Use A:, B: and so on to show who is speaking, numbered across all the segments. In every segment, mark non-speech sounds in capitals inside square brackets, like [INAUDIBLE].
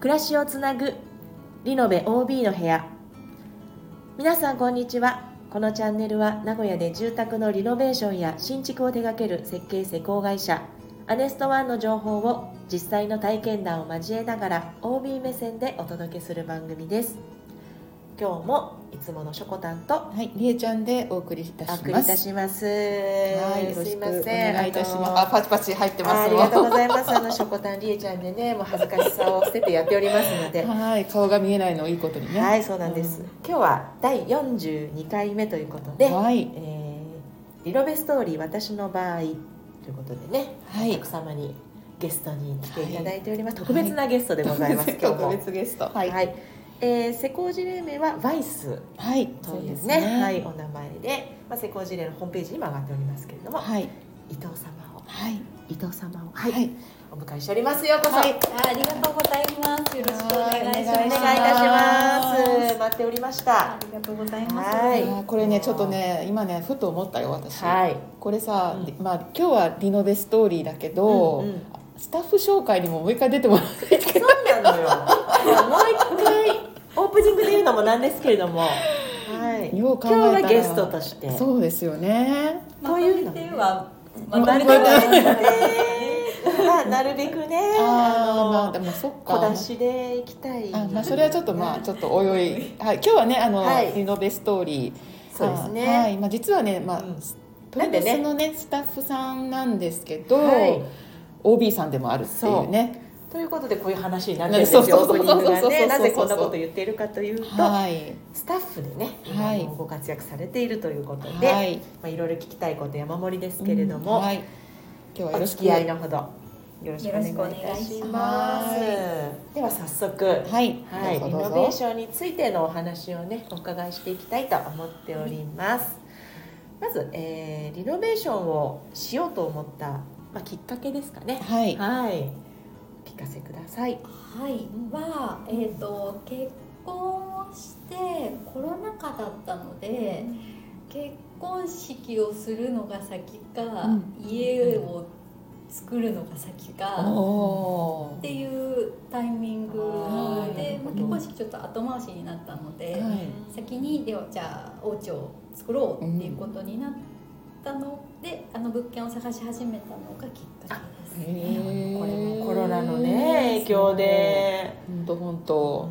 A: 暮らしをつなぐリノベ OB の部屋皆さんこんにちはこのチャンネルは名古屋で住宅のリノベーションや新築を手掛ける設計施工会社アネストワンの情報を実際の体験談を交えながら OB 目線でお届けする番組です今日もいつものしょこたんと
B: はい、りえちゃんでお送りいたし
A: お
B: ます。
A: 送りいたします
B: はい、よろ
A: すい
B: しく
A: ま
B: お
A: せん
B: 願いいたします。
A: あ
B: あ
A: の
B: パチパチ入ってます
A: あり
B: よ
A: がとうございます。あのしょこたんりえちゃんでね、もう恥ずかしさを捨ててやっておりますので。
B: はい、顔が見えないのをいいことにね。
A: はい、そうなんです。
B: うん
A: 今日は第42回目ということで、
B: はい
A: えーリノベストーリー私の場合ということでね、
B: はい
A: お客様にゲストに来ていただいております。特別なゲストでござい
B: [LAUGHS]
A: ます。今日
B: 特
A: も。
B: 別ゲスト。は、
A: はいい、えー施工事例名はバイス
B: はい、
A: と
B: そう
A: い
B: で
A: う
B: す
A: ね、
B: ね。
A: はい、お名前で、まあ施工事例のホームページにも上がっておりますけれども、
B: はい、
A: 伊藤様を
B: はい、
A: 伊藤様をは、
B: はいい、
A: お迎えしておりますようこそ。
B: はい
C: あありがとうございます。よろしくお願いしま
A: お
C: す。
A: 願いいたします。
B: お
A: 待っておりまし
C: あ
A: た。
C: りがとうございます。
A: はい
B: あーこれね、ちょっとね、今ね、ふと思ったよ、私。
A: い。
B: これさ、
A: うん
B: まあ、今日はリノベストーリーだけど。
A: うんうん
B: スタッフ紹介にももう一回出てもらっていいです
A: そ
B: か
A: うなのよ。もう一回オープニングで言うのもなんですけれども、はい。
B: よう考
A: 今
B: えた
A: 日
B: ら
A: はゲストとして。
B: そうですよね
C: まとめては、ま
A: ま
C: と
A: あ
C: め
A: ね
B: [LAUGHS]
C: ては、
A: まあなるべくね、
B: ああま
A: あ
B: あでもそっか
A: の小出しで行きたい。
B: あまあそれはちょっとまあちょっとおいおい、はい、今日はねあの、
A: はい
B: リノベストーリー
A: そうです
B: あは
A: ね。
B: いまあ、実はね、まあ
A: うん
B: プロレスのねスタッフさんなんですけど、
A: はい
B: OB さんでもあるっていうね
A: ということでこういう話になってるんです
B: そ
A: よ。
B: う
A: オー
B: そう
A: プ
B: そう
A: ニングが
B: そうそうそ
A: ね、
B: う
A: なぜこんなこと言っているかというと、
B: はい
A: スタッフでね、
B: はい
A: 今もご活躍されているということで、
B: はい
A: まあ、いろいろ聞きたいこと山盛りですけれども、
B: うんはい、今日はよ
A: お
B: ろし
A: 付
B: く
A: き合いのほどよろしくお願いいたします
B: よろしくお
A: では早速は
B: はい、
A: い、
B: ど
A: リ
B: うぞど
A: ノ
B: う
A: ベー
B: ぞ
A: ションについてのお話をねお伺いしていきたいと思っております、まず、えーリノベーションをしようと思った、まあ、きっかけですかね
B: はい
A: はいお聞かせください
C: い、は、えっ、と、結婚をして、コロナ禍だったので。結婚式をするのが先か、
B: うん
C: 家を作るのが先か。
B: おお
C: っ
B: ー
C: ていうタイミングで、
A: あー
C: まあ、結婚式ちょっと後回しになったので、
B: はい
C: 先にではじゃあお家を作ろうっていうことになったので、あの物件を探し始めたのがきっかけです。
B: へー
A: これもコロナのね影響で
B: ほんとほん
A: う
B: と
A: ん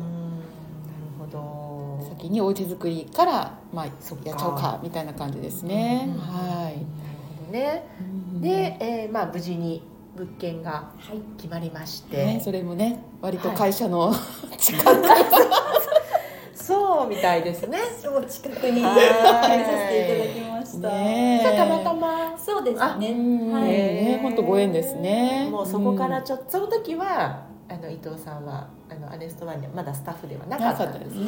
A: なるほど
B: 先にお家作りから、まあ、やっち
A: そ
B: ゃ
A: っか
B: おうかみたいな感じですね、
A: うん
B: は
A: な
B: い
A: るほどねで、えーまあ、無事に物件が
C: はい、
A: 決まりまして、
B: ね、それもね割と会
A: [LAUGHS]
B: 社の、近く
A: そうみたいですね。
C: 超近くに
A: は
C: 入
A: い
C: れさせていただきました。
B: ねえ
A: たまたま
C: そうですね。
B: うん
C: はい
B: ね本当ご縁ですね
A: もうそこからちょっとその時はあの伊藤さんはあのアネストワンでまだスタッフではなか
B: な
A: っ
B: か
A: た
B: っ
A: ん
B: た
A: で
B: ですす
A: ね。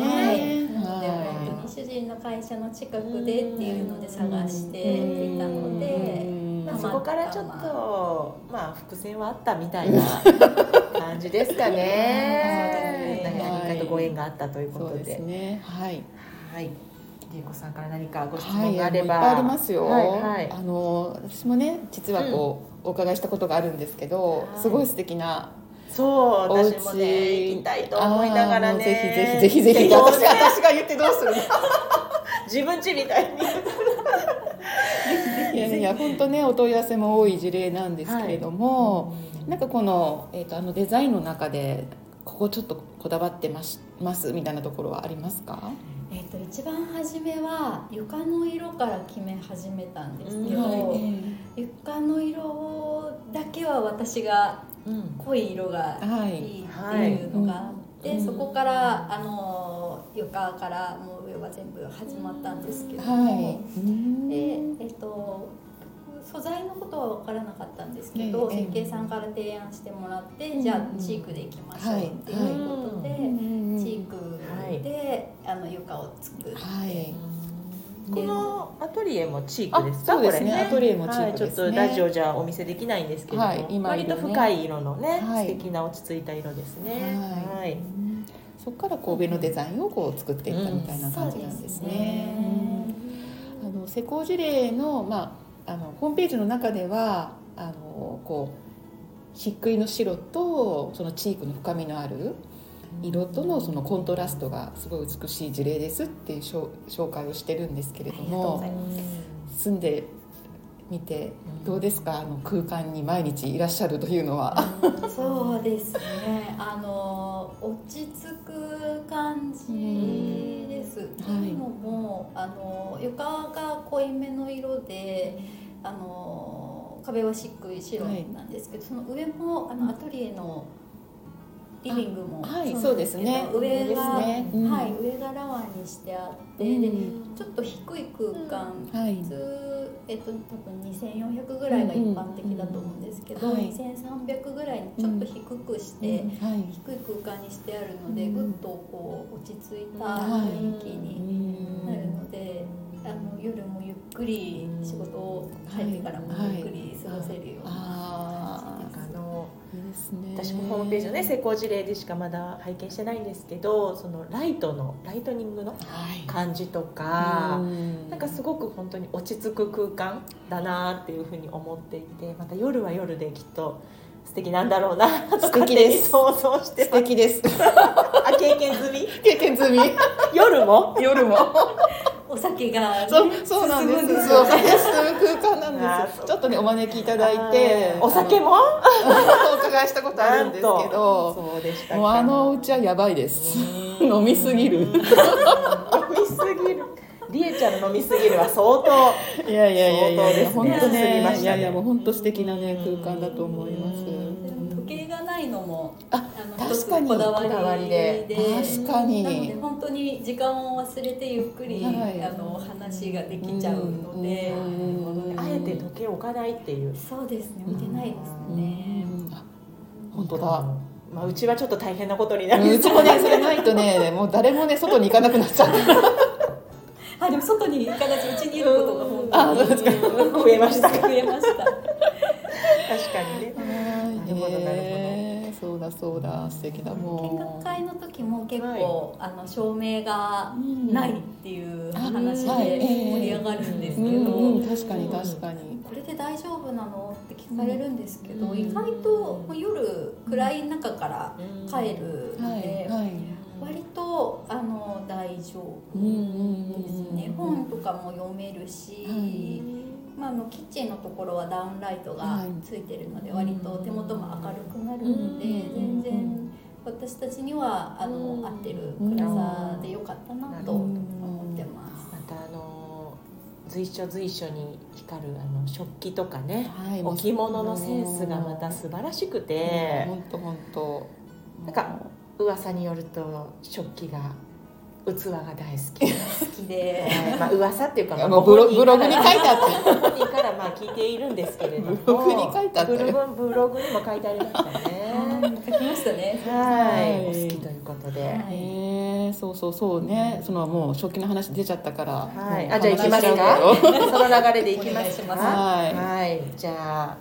B: ね
C: なので本
B: は
C: 当に主人の会社の近くでっていうので探していたの
B: い
C: で、
B: うん
A: まあ、
C: た
A: そ
C: またま
A: こからちょっとまあ伏線はあったみた
B: [LAUGHS]
A: いな感じですかね。
B: はい
A: なんか何かとご縁があったというこ
B: そう
A: と
B: です
A: で。
B: ねはい
A: はい。りえこさんから何かご質
B: は
A: 問
B: いも
A: があ
B: うい
A: れ
B: っ
A: ば、
B: ぱいありますよ、
A: はいはい
B: あの私もね実はこう、お伺いしたことがあるんですけど
A: はい
B: すごい素敵な
A: そう、
B: お家
A: 私もね、行きたいと思いながらね。
B: あーもうぜひぜひぜひぜひ
A: [LAUGHS] どう
B: 私
A: せ
B: が私が言ってどうするの
A: [LAUGHS] 自分家みたいに。
B: いやいや本当ねお問い合わせも多い事例なんですけれども、なんかこの、えー、とあのデザインの中でここちょっとこだわってますますみたいなところはありますか、
C: えっと一番初めは床の色から決め始めたんですけど、
A: はい
C: 床の色だけは私が
A: うん
C: 濃い色が
B: はい
C: いいっていうのがあって、
B: はいうん
C: そこからあの床からもう上は全部始まったんですけども、
B: はい、うん
C: でえっと素材のことは分からなかったんですけど、
B: ええええ
C: 設計さんから提案してもらって、
B: ん
C: じゃあチークでいきましょうっていうことで、
A: は
B: うん
C: チークで、あの床を作って。
B: はい
A: このアトリエもチークですか、
B: あそうですね
A: これ
B: アトリエもチークですね
A: はい、ちょっとラジオじゃお見せできないんですけれども、
B: はい今い
A: 割
B: るね
A: と深い色のね、
B: はい
A: 素敵な落ち着いた色ですね。
B: はい
A: はい。
B: うんそこからこう上のデザインをこう作っていったみたいな感じなんですね。
C: そうですね
B: うんあの施工事例の,、まあ、あのホームページの中ではあのこう漆喰の白とそのチークの深みのある色とのそのコントラストがすごい美しい事例ですっていう紹紹介をしてるんですけれど
C: ありがとうござい
B: も住んでみてどうですかあの空間に毎日いらっしゃるというのは。
C: そうですね。あの落ち着く感じです。
B: ん
C: というのも、あの床が濃いめの色で、あの壁は漆喰白なんですけど、その上もあのアトリエのリビングも
B: はい [LAUGHS]
C: なん
B: そうですね
C: けど上が、
B: いいですねうん
C: はい上がラワンにしてあって、でちょっと低い空間
B: はい
C: 普通、えっと、多分2400ぐらいが一般的だと思うんですけど、
B: うんうんはい
C: 2300ぐらいにちょっと低くして、
B: はい
C: 低い空間にしてあるので、
B: うん
C: ぐっとこう落ち着いた雰囲気になるので、あの夜もゆっくり仕事を入ってからもゆっくり過ごせるような、
B: あ
A: なんかあの
B: ーいいですね
A: 私もホームページのね施工事例でしかまだ拝見してないんですけどそのライトのライトニングの
B: はい
A: 感じとか、
B: うん
A: なんかすごく本当に落ち着く空間だなっていうふうに思っていてまた夜は夜できっと素敵なんだろうなと
B: 素
A: 勝
B: 敵
A: 手
B: で
A: に
B: す
A: 想像して
B: 素
A: ます
B: 敵です
A: あ経験済み
B: 経験済み
A: [LAUGHS] 夜も
B: 夜も
C: お酒が、ね、
A: [LAUGHS]
B: そうそうなんです
C: 進むんです
B: そう
C: よ
B: そういう空間なん
A: あ
B: で
A: ー
B: す
A: そう
B: ちょっとねお招きいただいて
A: あーお酒
B: も
A: も
B: お伺いしたことあるんですけ
A: なんと
B: ど
A: そうでしたか
B: もうあのうちはやばいです飲みすぎる
A: 飲みすぎるりえちゃんの飲みすぎるは相当
B: いやいやいやい
A: 相当
B: や
A: ですね
B: 本当
C: 過ぎましたね
B: ねいやいやもう本当素敵なね空間だと思います
A: うん
C: でも時計がないのも
B: あ
C: あの
B: 確かに
C: 一つこだわりで
A: こだわりで
B: 確かに
C: なので本当に時間を忘れてゆっくり、
B: はい
C: あの話ができちゃうので、
B: うんうん
A: あえて時計置かないっていう
C: そうですね見てないですね、
B: うんあ本当だ
A: まあうちはちょっと大変なことにな
B: う
A: り
B: ち
A: そう
B: もねそれないと [LAUGHS] ねもう誰もね外に行かな [LAUGHS] くなっちゃう
C: あでも外に行かないうちにいることが本
A: あ
C: 当に
A: 確かに増えました
C: 増えました
A: 確かにね
B: な
A: るほどなるほ
B: そうだそうだ素敵だ
C: 見
B: も
C: 学
B: う
C: 会の時も結構、あの照明がないっていう話
A: うんあはい
C: で盛り上がるんですけど、
B: うんうん確かに確かに
C: これで大丈夫なのって聞かれるんですけど、
B: うん
C: 意外ともう夜暗い中から帰る
B: は
C: ので、
B: いはい
C: 割とあの大丈夫
B: うんうんうん
C: ですね、本とかも読めるし、
B: はい
C: まあ、あのキッチンのところはダウンライトがついてるので、割と手元も明るくなるので、
B: うん
C: 全然私たちにはあの、
A: うん
C: 合ってる暗さでよかったなと思ってます。
A: またあの随所随所に光るあの食器とかね
B: はいもう
A: 置物のセンスがまた素晴らしくて
B: 本当本当
A: なんか噂によると食器が器が大好
B: [LAUGHS]
A: き、
C: 好きで
A: はいまあ噂っていうか
B: いやもうブロブログに書いてあった
A: 本人からまあ聞いているんですけれども
B: ブログに書いてあったよ
A: ブログブログにも書いてありましたね
C: [LAUGHS] 書きましたね。
A: はい、
B: は
A: お
B: い
A: 好きということで、
C: はい
B: えー、そうそうそうねそのもう食器の話出ちゃったから
A: は
B: も
A: い、
B: う
A: あじゃあ行きます
B: 話しち
A: か
B: ゃうよ
A: その流れで行きます
C: お
A: か
C: 願い
B: ま
C: し
B: す
A: はい、じゃ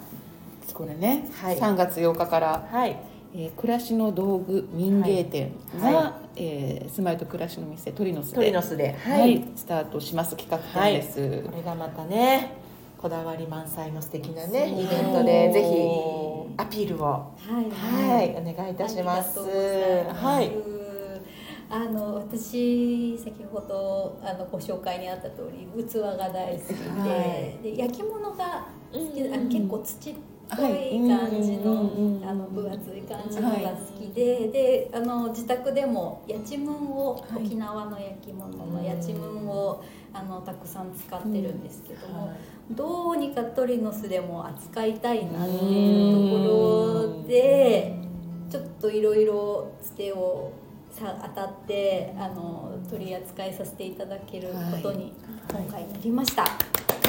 B: これね、
A: はい
B: 3月8日から
A: あはい
B: えー暮らしの道具民芸店が、
A: はい
B: えー住まいと暮らしの店トリノスで
A: トリノスで
B: はい
A: はい、
B: スタートします企画展です、
A: これがまたねこだわり満載の素敵なね
C: そう
A: イベントでぜひ
B: お
A: アピールを
C: はい、
A: はい、お願いいたします
C: ありがとうございます
A: はい。
C: あの私先ほどあのご紹介にあった通り器が大好きで,、
A: は
C: で焼き物が好きで、あ
B: うん
C: 結構土っぽ
B: はい
C: い感じの、
B: うん
C: あの分厚い感じのが好きで、であの自宅でもやちむんを、
B: はい
C: 沖縄の焼き物のやちむんをあのたくさん使ってるんですけども、どうにかトリノスでも扱いたいなっていうところでちょっといろいろつてをさ当たってあの取り扱いさせていただけることに
A: はい
C: 今回なりました、
A: な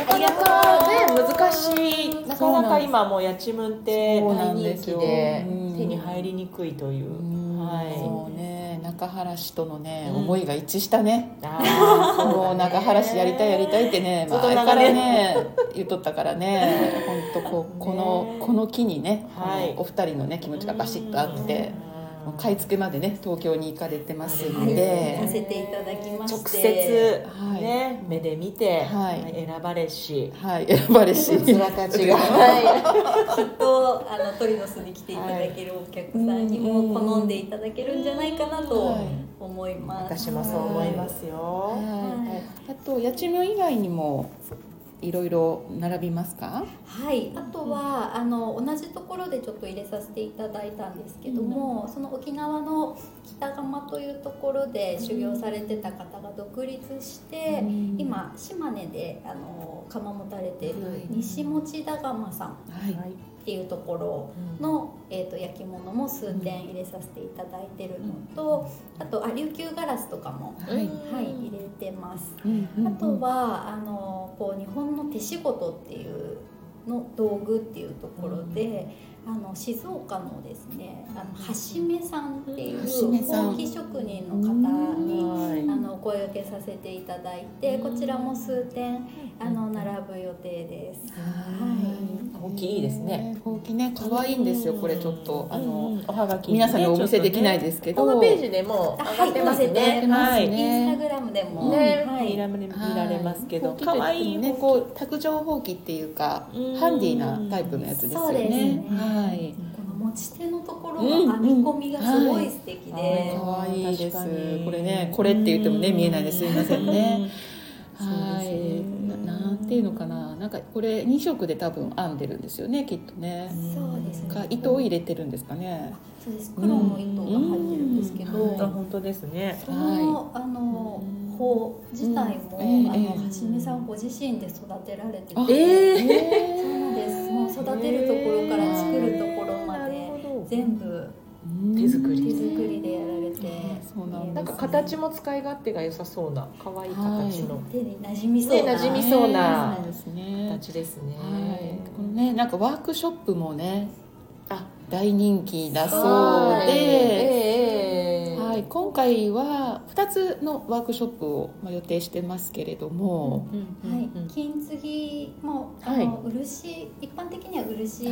A: かなかね難しいなかなか今もうやちむんって
B: そ
A: 大
B: うなん
A: 人
B: です
A: 気
B: よ
A: で
B: うん
A: 手に入りにくいといううんは
B: もうね中原氏とのね、
A: うん
B: 思いが一致したね
A: [LAUGHS] いあー
B: もう中原氏やりたいやりたいってね、まあ、
A: 大
B: あれ
A: 人が
B: から
A: ね
B: ね言っとったか
A: [LAUGHS]
B: らね本当こうこの
A: ね
B: この木にね、
A: はい
B: このお二人のね気持ちがバシッとあって、
A: うん
B: もう買い付けまでね東京に行かれてます
A: う
B: の
C: はい、
B: で、
C: させていただきまして
A: 直接、
B: はい
A: ね、目で見て、
B: はい
A: 選ばれし、
B: はい、選ば
A: [LAUGHS]
B: れしい
A: 面価値が [LAUGHS]
C: はい、きっとあのトリノスに来ていただけるお客さんにも好んでいただけるんじゃないかなと思います。
A: 私もそう思いますよ。
B: はい、あとやちむん以外にもいろいろ並びますか？
C: はい、あとは、あの同じところでちょっと入れさせていただいたんですけども、その沖縄の北釜というところで修行されてた方が独立して、
B: うん
C: 今島根であの釜持たれている
A: はい
C: 西持田釜さんっ
B: はい。
A: い、
C: ていうところの、えー、と焼き物も数点入れさせていただいてるのと、あとあ琉球ガラスとかも、
B: はい
C: はい、入れてます。
B: うんうんうん
C: あとはあのこう日本の手仕事っていうの道具っていうところで、あの静岡のですねあの橋目さんっていう
B: 橋目さん
C: ほうき職人の方に
A: はい
C: あのお声掛けさせていただいてこちらも数点あの並ぶ予定です。
B: はい
A: ほうきいいですね。
B: ほうきね、可愛いんですよ。これちょっとあ
A: う
B: の
A: んおはがきね、
B: 皆さんにお見せできない
A: す
B: ですけ
A: け
B: ど、
A: ホームページでもう上がってます
C: はい載せ
A: ね。
C: て
B: ます
A: はい
B: ね
C: インスタグラムでも、
A: ね、
C: はい
A: 見られ見られますけど、
B: 可
A: 可
B: 愛
A: 愛
B: い
A: い
B: ね、
A: ね。
B: こう卓上ほうきっていうか
A: うん
B: ハンディなタイプのやつですよ
C: そうです
B: ね
C: ね。
B: はい。
C: この持ち手のところの編み込みがすごい素
A: う
C: 敵で、
A: んはいあー
B: 可愛いです
A: 確かに。
B: これね、これって言ってもね見えないです。すいませんね。は
A: そうです
B: い、
A: ね
B: ななんていうのかな、なんかこれ二色で多分編んでるんですよね、きっとね。
C: そうですね
B: か糸を入れてるんですかね。
C: そうです黒の糸が入ってるんですけど、
B: うんうん
A: 本当本当ですね。
C: その、あの方自体も、
B: うん
C: あ
B: ええ
C: の橋目さんご自身で育てられてて、
A: えー
B: あ
C: そうです。もう育てるところから作るところまで全部
A: 手作り
C: 手作りでやられて、
B: そうなんです
A: なんか形も使い勝手が良さそうな可愛い形の
C: 手に馴染みそうな、
A: ね馴染みそうな
C: はい
B: ですね。
A: 形ですね。
B: はい、このね、なんかワークショップもね、
A: あ
B: 大人気だ
A: はい
B: そ
A: うえ
B: で。
A: えええ
B: はい、今回は2つのワークショップをまあ予定してますけれども、
A: うんうん
C: はい
A: うん
C: 金継ぎもあの、漆一般的には漆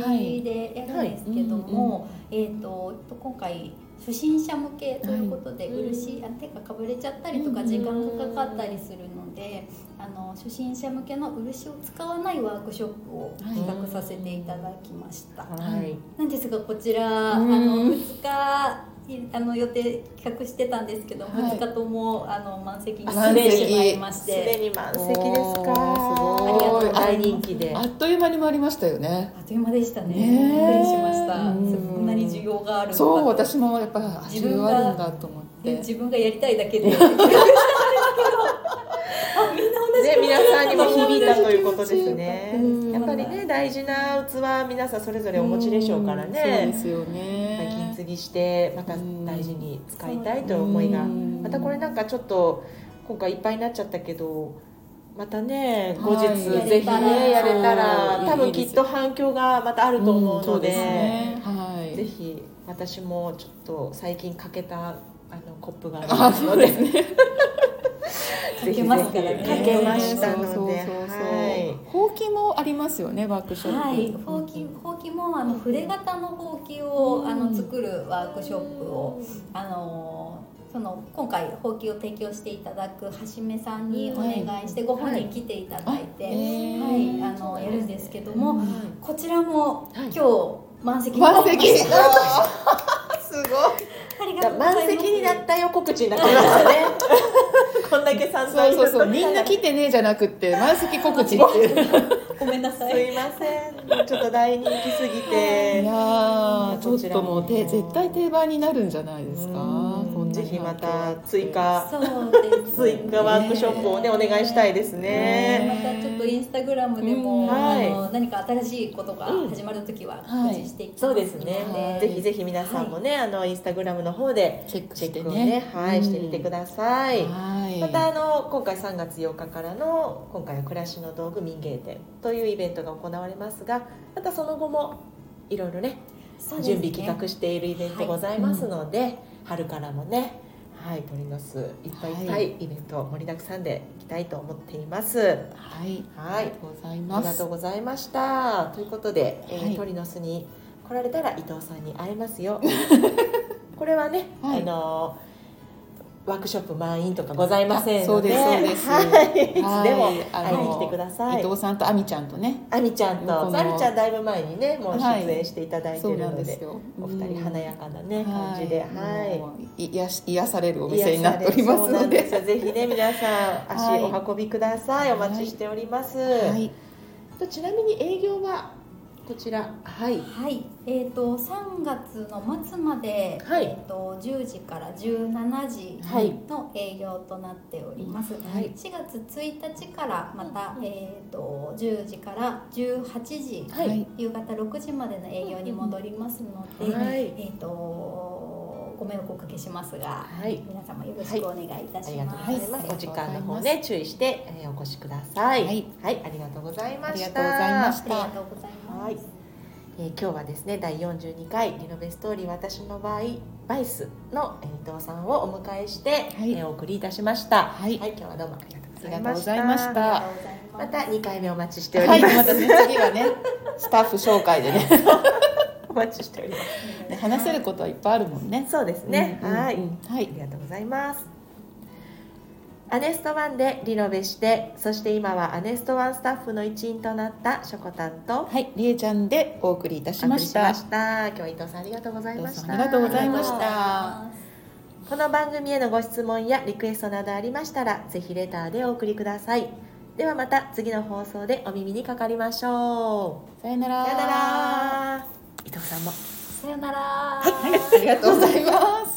C: でやるんですけども、えっ、と今回初心者向けということで、
A: はい
C: 漆あ手がかぶれちゃったりとか
A: うん
C: 時間がかかったりするので、あの初心者向けの漆を使わないワークショップを企画させていただきました。
A: はい。
C: なんですがこちら、
A: うん
C: あの2日いあの予定企画してたんですけど、
B: はい
C: 2日ともあの満席に
A: あ
C: なって
A: 満席
C: しまいまし
A: すで
C: て
A: に満席です
B: お
A: か。
B: ー
C: すごい
A: ありがとう大人気で。
B: あっという間に回りましたよね。
C: あっという間でしたね
B: ねえ
C: びっくりしました
B: うん
C: そんなに需要があるのか
B: そう私もやっぱりあ
C: 自分が
B: 需要あるんだと思って
C: で自分がやりたいだけでびっくりしたんですけどあみんな同じ
A: ね、皆さんにも響いたということですね
B: うん。
A: やっぱりね、大事な器、皆さんそれぞれお持ちでしょうから
B: うん
A: ね
B: そう。ですよ
A: やっぱり金
B: ね
A: 継ぎして、また大事に使いたいという思いが
B: う。ん
A: またこれなんかちょっと、今回いっぱいになっちゃったけど。またね、後日
B: はい
A: ぜひね、や
C: や
A: れ
C: れ
A: た
B: ら
C: た
A: ら、多分きっと反響がまたあると思う
B: そ
A: の
B: うです
A: で。
B: ねはい
A: ぜひ、私もちょっと最近かけた、あのコップがあり
B: あ
A: ます
B: そ
A: の
B: う
A: で
B: で。すね
A: ぜひぜひ
C: かけますからね
A: かけましたので、
B: そうそうそうそう
A: は
B: ほうきもありますよねワークショップ
C: はい、ほうきほうきもあの筆型のほうきを、
B: うん
C: あの作るワークショップを
A: い。
C: あのーその今回ほうきを提供していただく橋目さんにお願いしてご本人来ていただいて、
B: あ
C: は
B: へ
C: い
B: ー
C: あのやるんですけども、
A: はい
C: こちらも
A: はい
C: 今日満席になりま
B: 満
C: した
B: 席すご
C: ありが
A: じ
C: と
A: ゃ
C: う
A: あ
C: ございます
A: 満席になったよ告知になってましたね。こんだけ参加
B: い
A: い
B: そう
A: る
B: そうそう
A: と。
B: みんな来てねじゃなくて満席告知っていう
A: [LAUGHS]
C: ごめんなさ
A: す
C: い
A: いません、ちょっと大人気すぎ
B: い
A: て。
B: やー
A: こち
B: ちょ
A: ら
B: っ
A: も
B: ともうて絶対定番になるんじゃないですかこんなに
A: ぜひまた追加
C: そうです
A: 追加ワークショップをねお願いしたいですね。
C: またちょっとインスタグラムでも、
A: うんはい
C: あの何か新しいことが始まるときは
B: はい
C: 告知していきます
A: そう
C: ので、
A: ですね
B: は。い
A: ぜひぜひ皆さんもねあのインスタグラムの方で
B: チェック
A: チェ
B: し
A: ッ
B: て
A: クをね
B: ね
A: はいしてみてください。
B: はい
A: またあの今回3月8日からの今回は暮らしの道具民芸展というイベントが行われますがまたその後もいろいろね
C: そうですね
A: 準備企画しているイベントございますので、春からもねはい鳥の巣いっぱいいっぱ
B: はい
A: イベント盛りだくさんでいきたいと思っています。
B: はい
A: はい
B: ありがとうござい
A: あ
B: ま
A: りが
B: す
A: とうございましたということで、えー
B: はい [LAUGHS]
A: 鳥の巣に来られたら伊藤さんに会えますよこれはね、
B: はい
A: あのワークショップ満員とかございません
B: そ
A: の
B: う
A: で
B: ですそうです
A: はい、いつでも
B: はいあの
A: 会いに来てください
B: 伊藤さんと亜美ちゃんとね
A: 亜美ちゃん
B: 向ことの
A: 亜美ちゃんだいぶ前にねもう出演していただいて
B: そう
A: る
B: な
A: の
B: ん
A: で,、
B: ですよ
A: お二人華やかなね、感じではい。
B: はい、癒やし癒されるお店になっておりま
A: 癒さ
B: すの
A: れ
B: で
A: そうなんすよぜひね皆さん
B: は
A: 足
B: い
A: お運びください、お待ちしております、
B: はい、
A: とちなみに営業はこちらはい
C: はい、えっ、と3月の末まで、
A: はい
C: えっ、と10時から17時
A: はい
C: の営業となっております。
A: はい
C: 4月1日からまた、えっ、と10時から18時、
A: はい
B: はい
C: 夕方6時までの営業に戻りますので、
A: はい
C: えっ、とご迷惑をおかけしますが、
A: はい
C: 皆様よろしくお願いいた
A: あ
C: し
A: りがと
C: ま
A: うござ
C: す。
A: います、
B: はい
A: お時間の方ね注意して、えーお越しください
B: はい、
A: ありがとうございました
B: ありがとうございまし
C: ありがとうございます。
A: はいえー今日はですね第42回リノベストーリー私の場合バイスの、えー伊藤さんをお迎えして、
B: い
A: えーお送りいたしましたは
B: はい
A: い、今日はどうもありがとうご
B: あり
A: ざい
B: がとう
A: ま
B: ご
A: し
B: ざい
A: た
B: ました
C: ありがとうございます
A: また2回目お待ちしておりま
B: はい、
A: す、
B: またね次はねスタッフ紹介でね
A: お待ちしております
B: ね話せることはいっぱいあるもんね。
A: そうですね、
B: うんうんうん
A: はい
B: は
A: あ
B: い
A: りがとうございます。アネストワンでリノベして、そして今はアネストワンスタッフの一員となったしょこたんと
B: はい、りえちゃんでお送りいたしまし
A: お送
B: た
A: り。した今日は伊藤さんありがとうございまし
B: 伊藤
A: た。
B: さんありがとうございました
C: あ
A: この番組へのご質問やリクエストなどありましたら、ぜひレターでお送りください。ではまた次の放送でお耳にかかりましょ
B: さよな
A: う。
B: ら。
A: さよなら。伊藤さんも。
C: りがとうございます
B: あ
C: さよなら。
B: りがとうございます。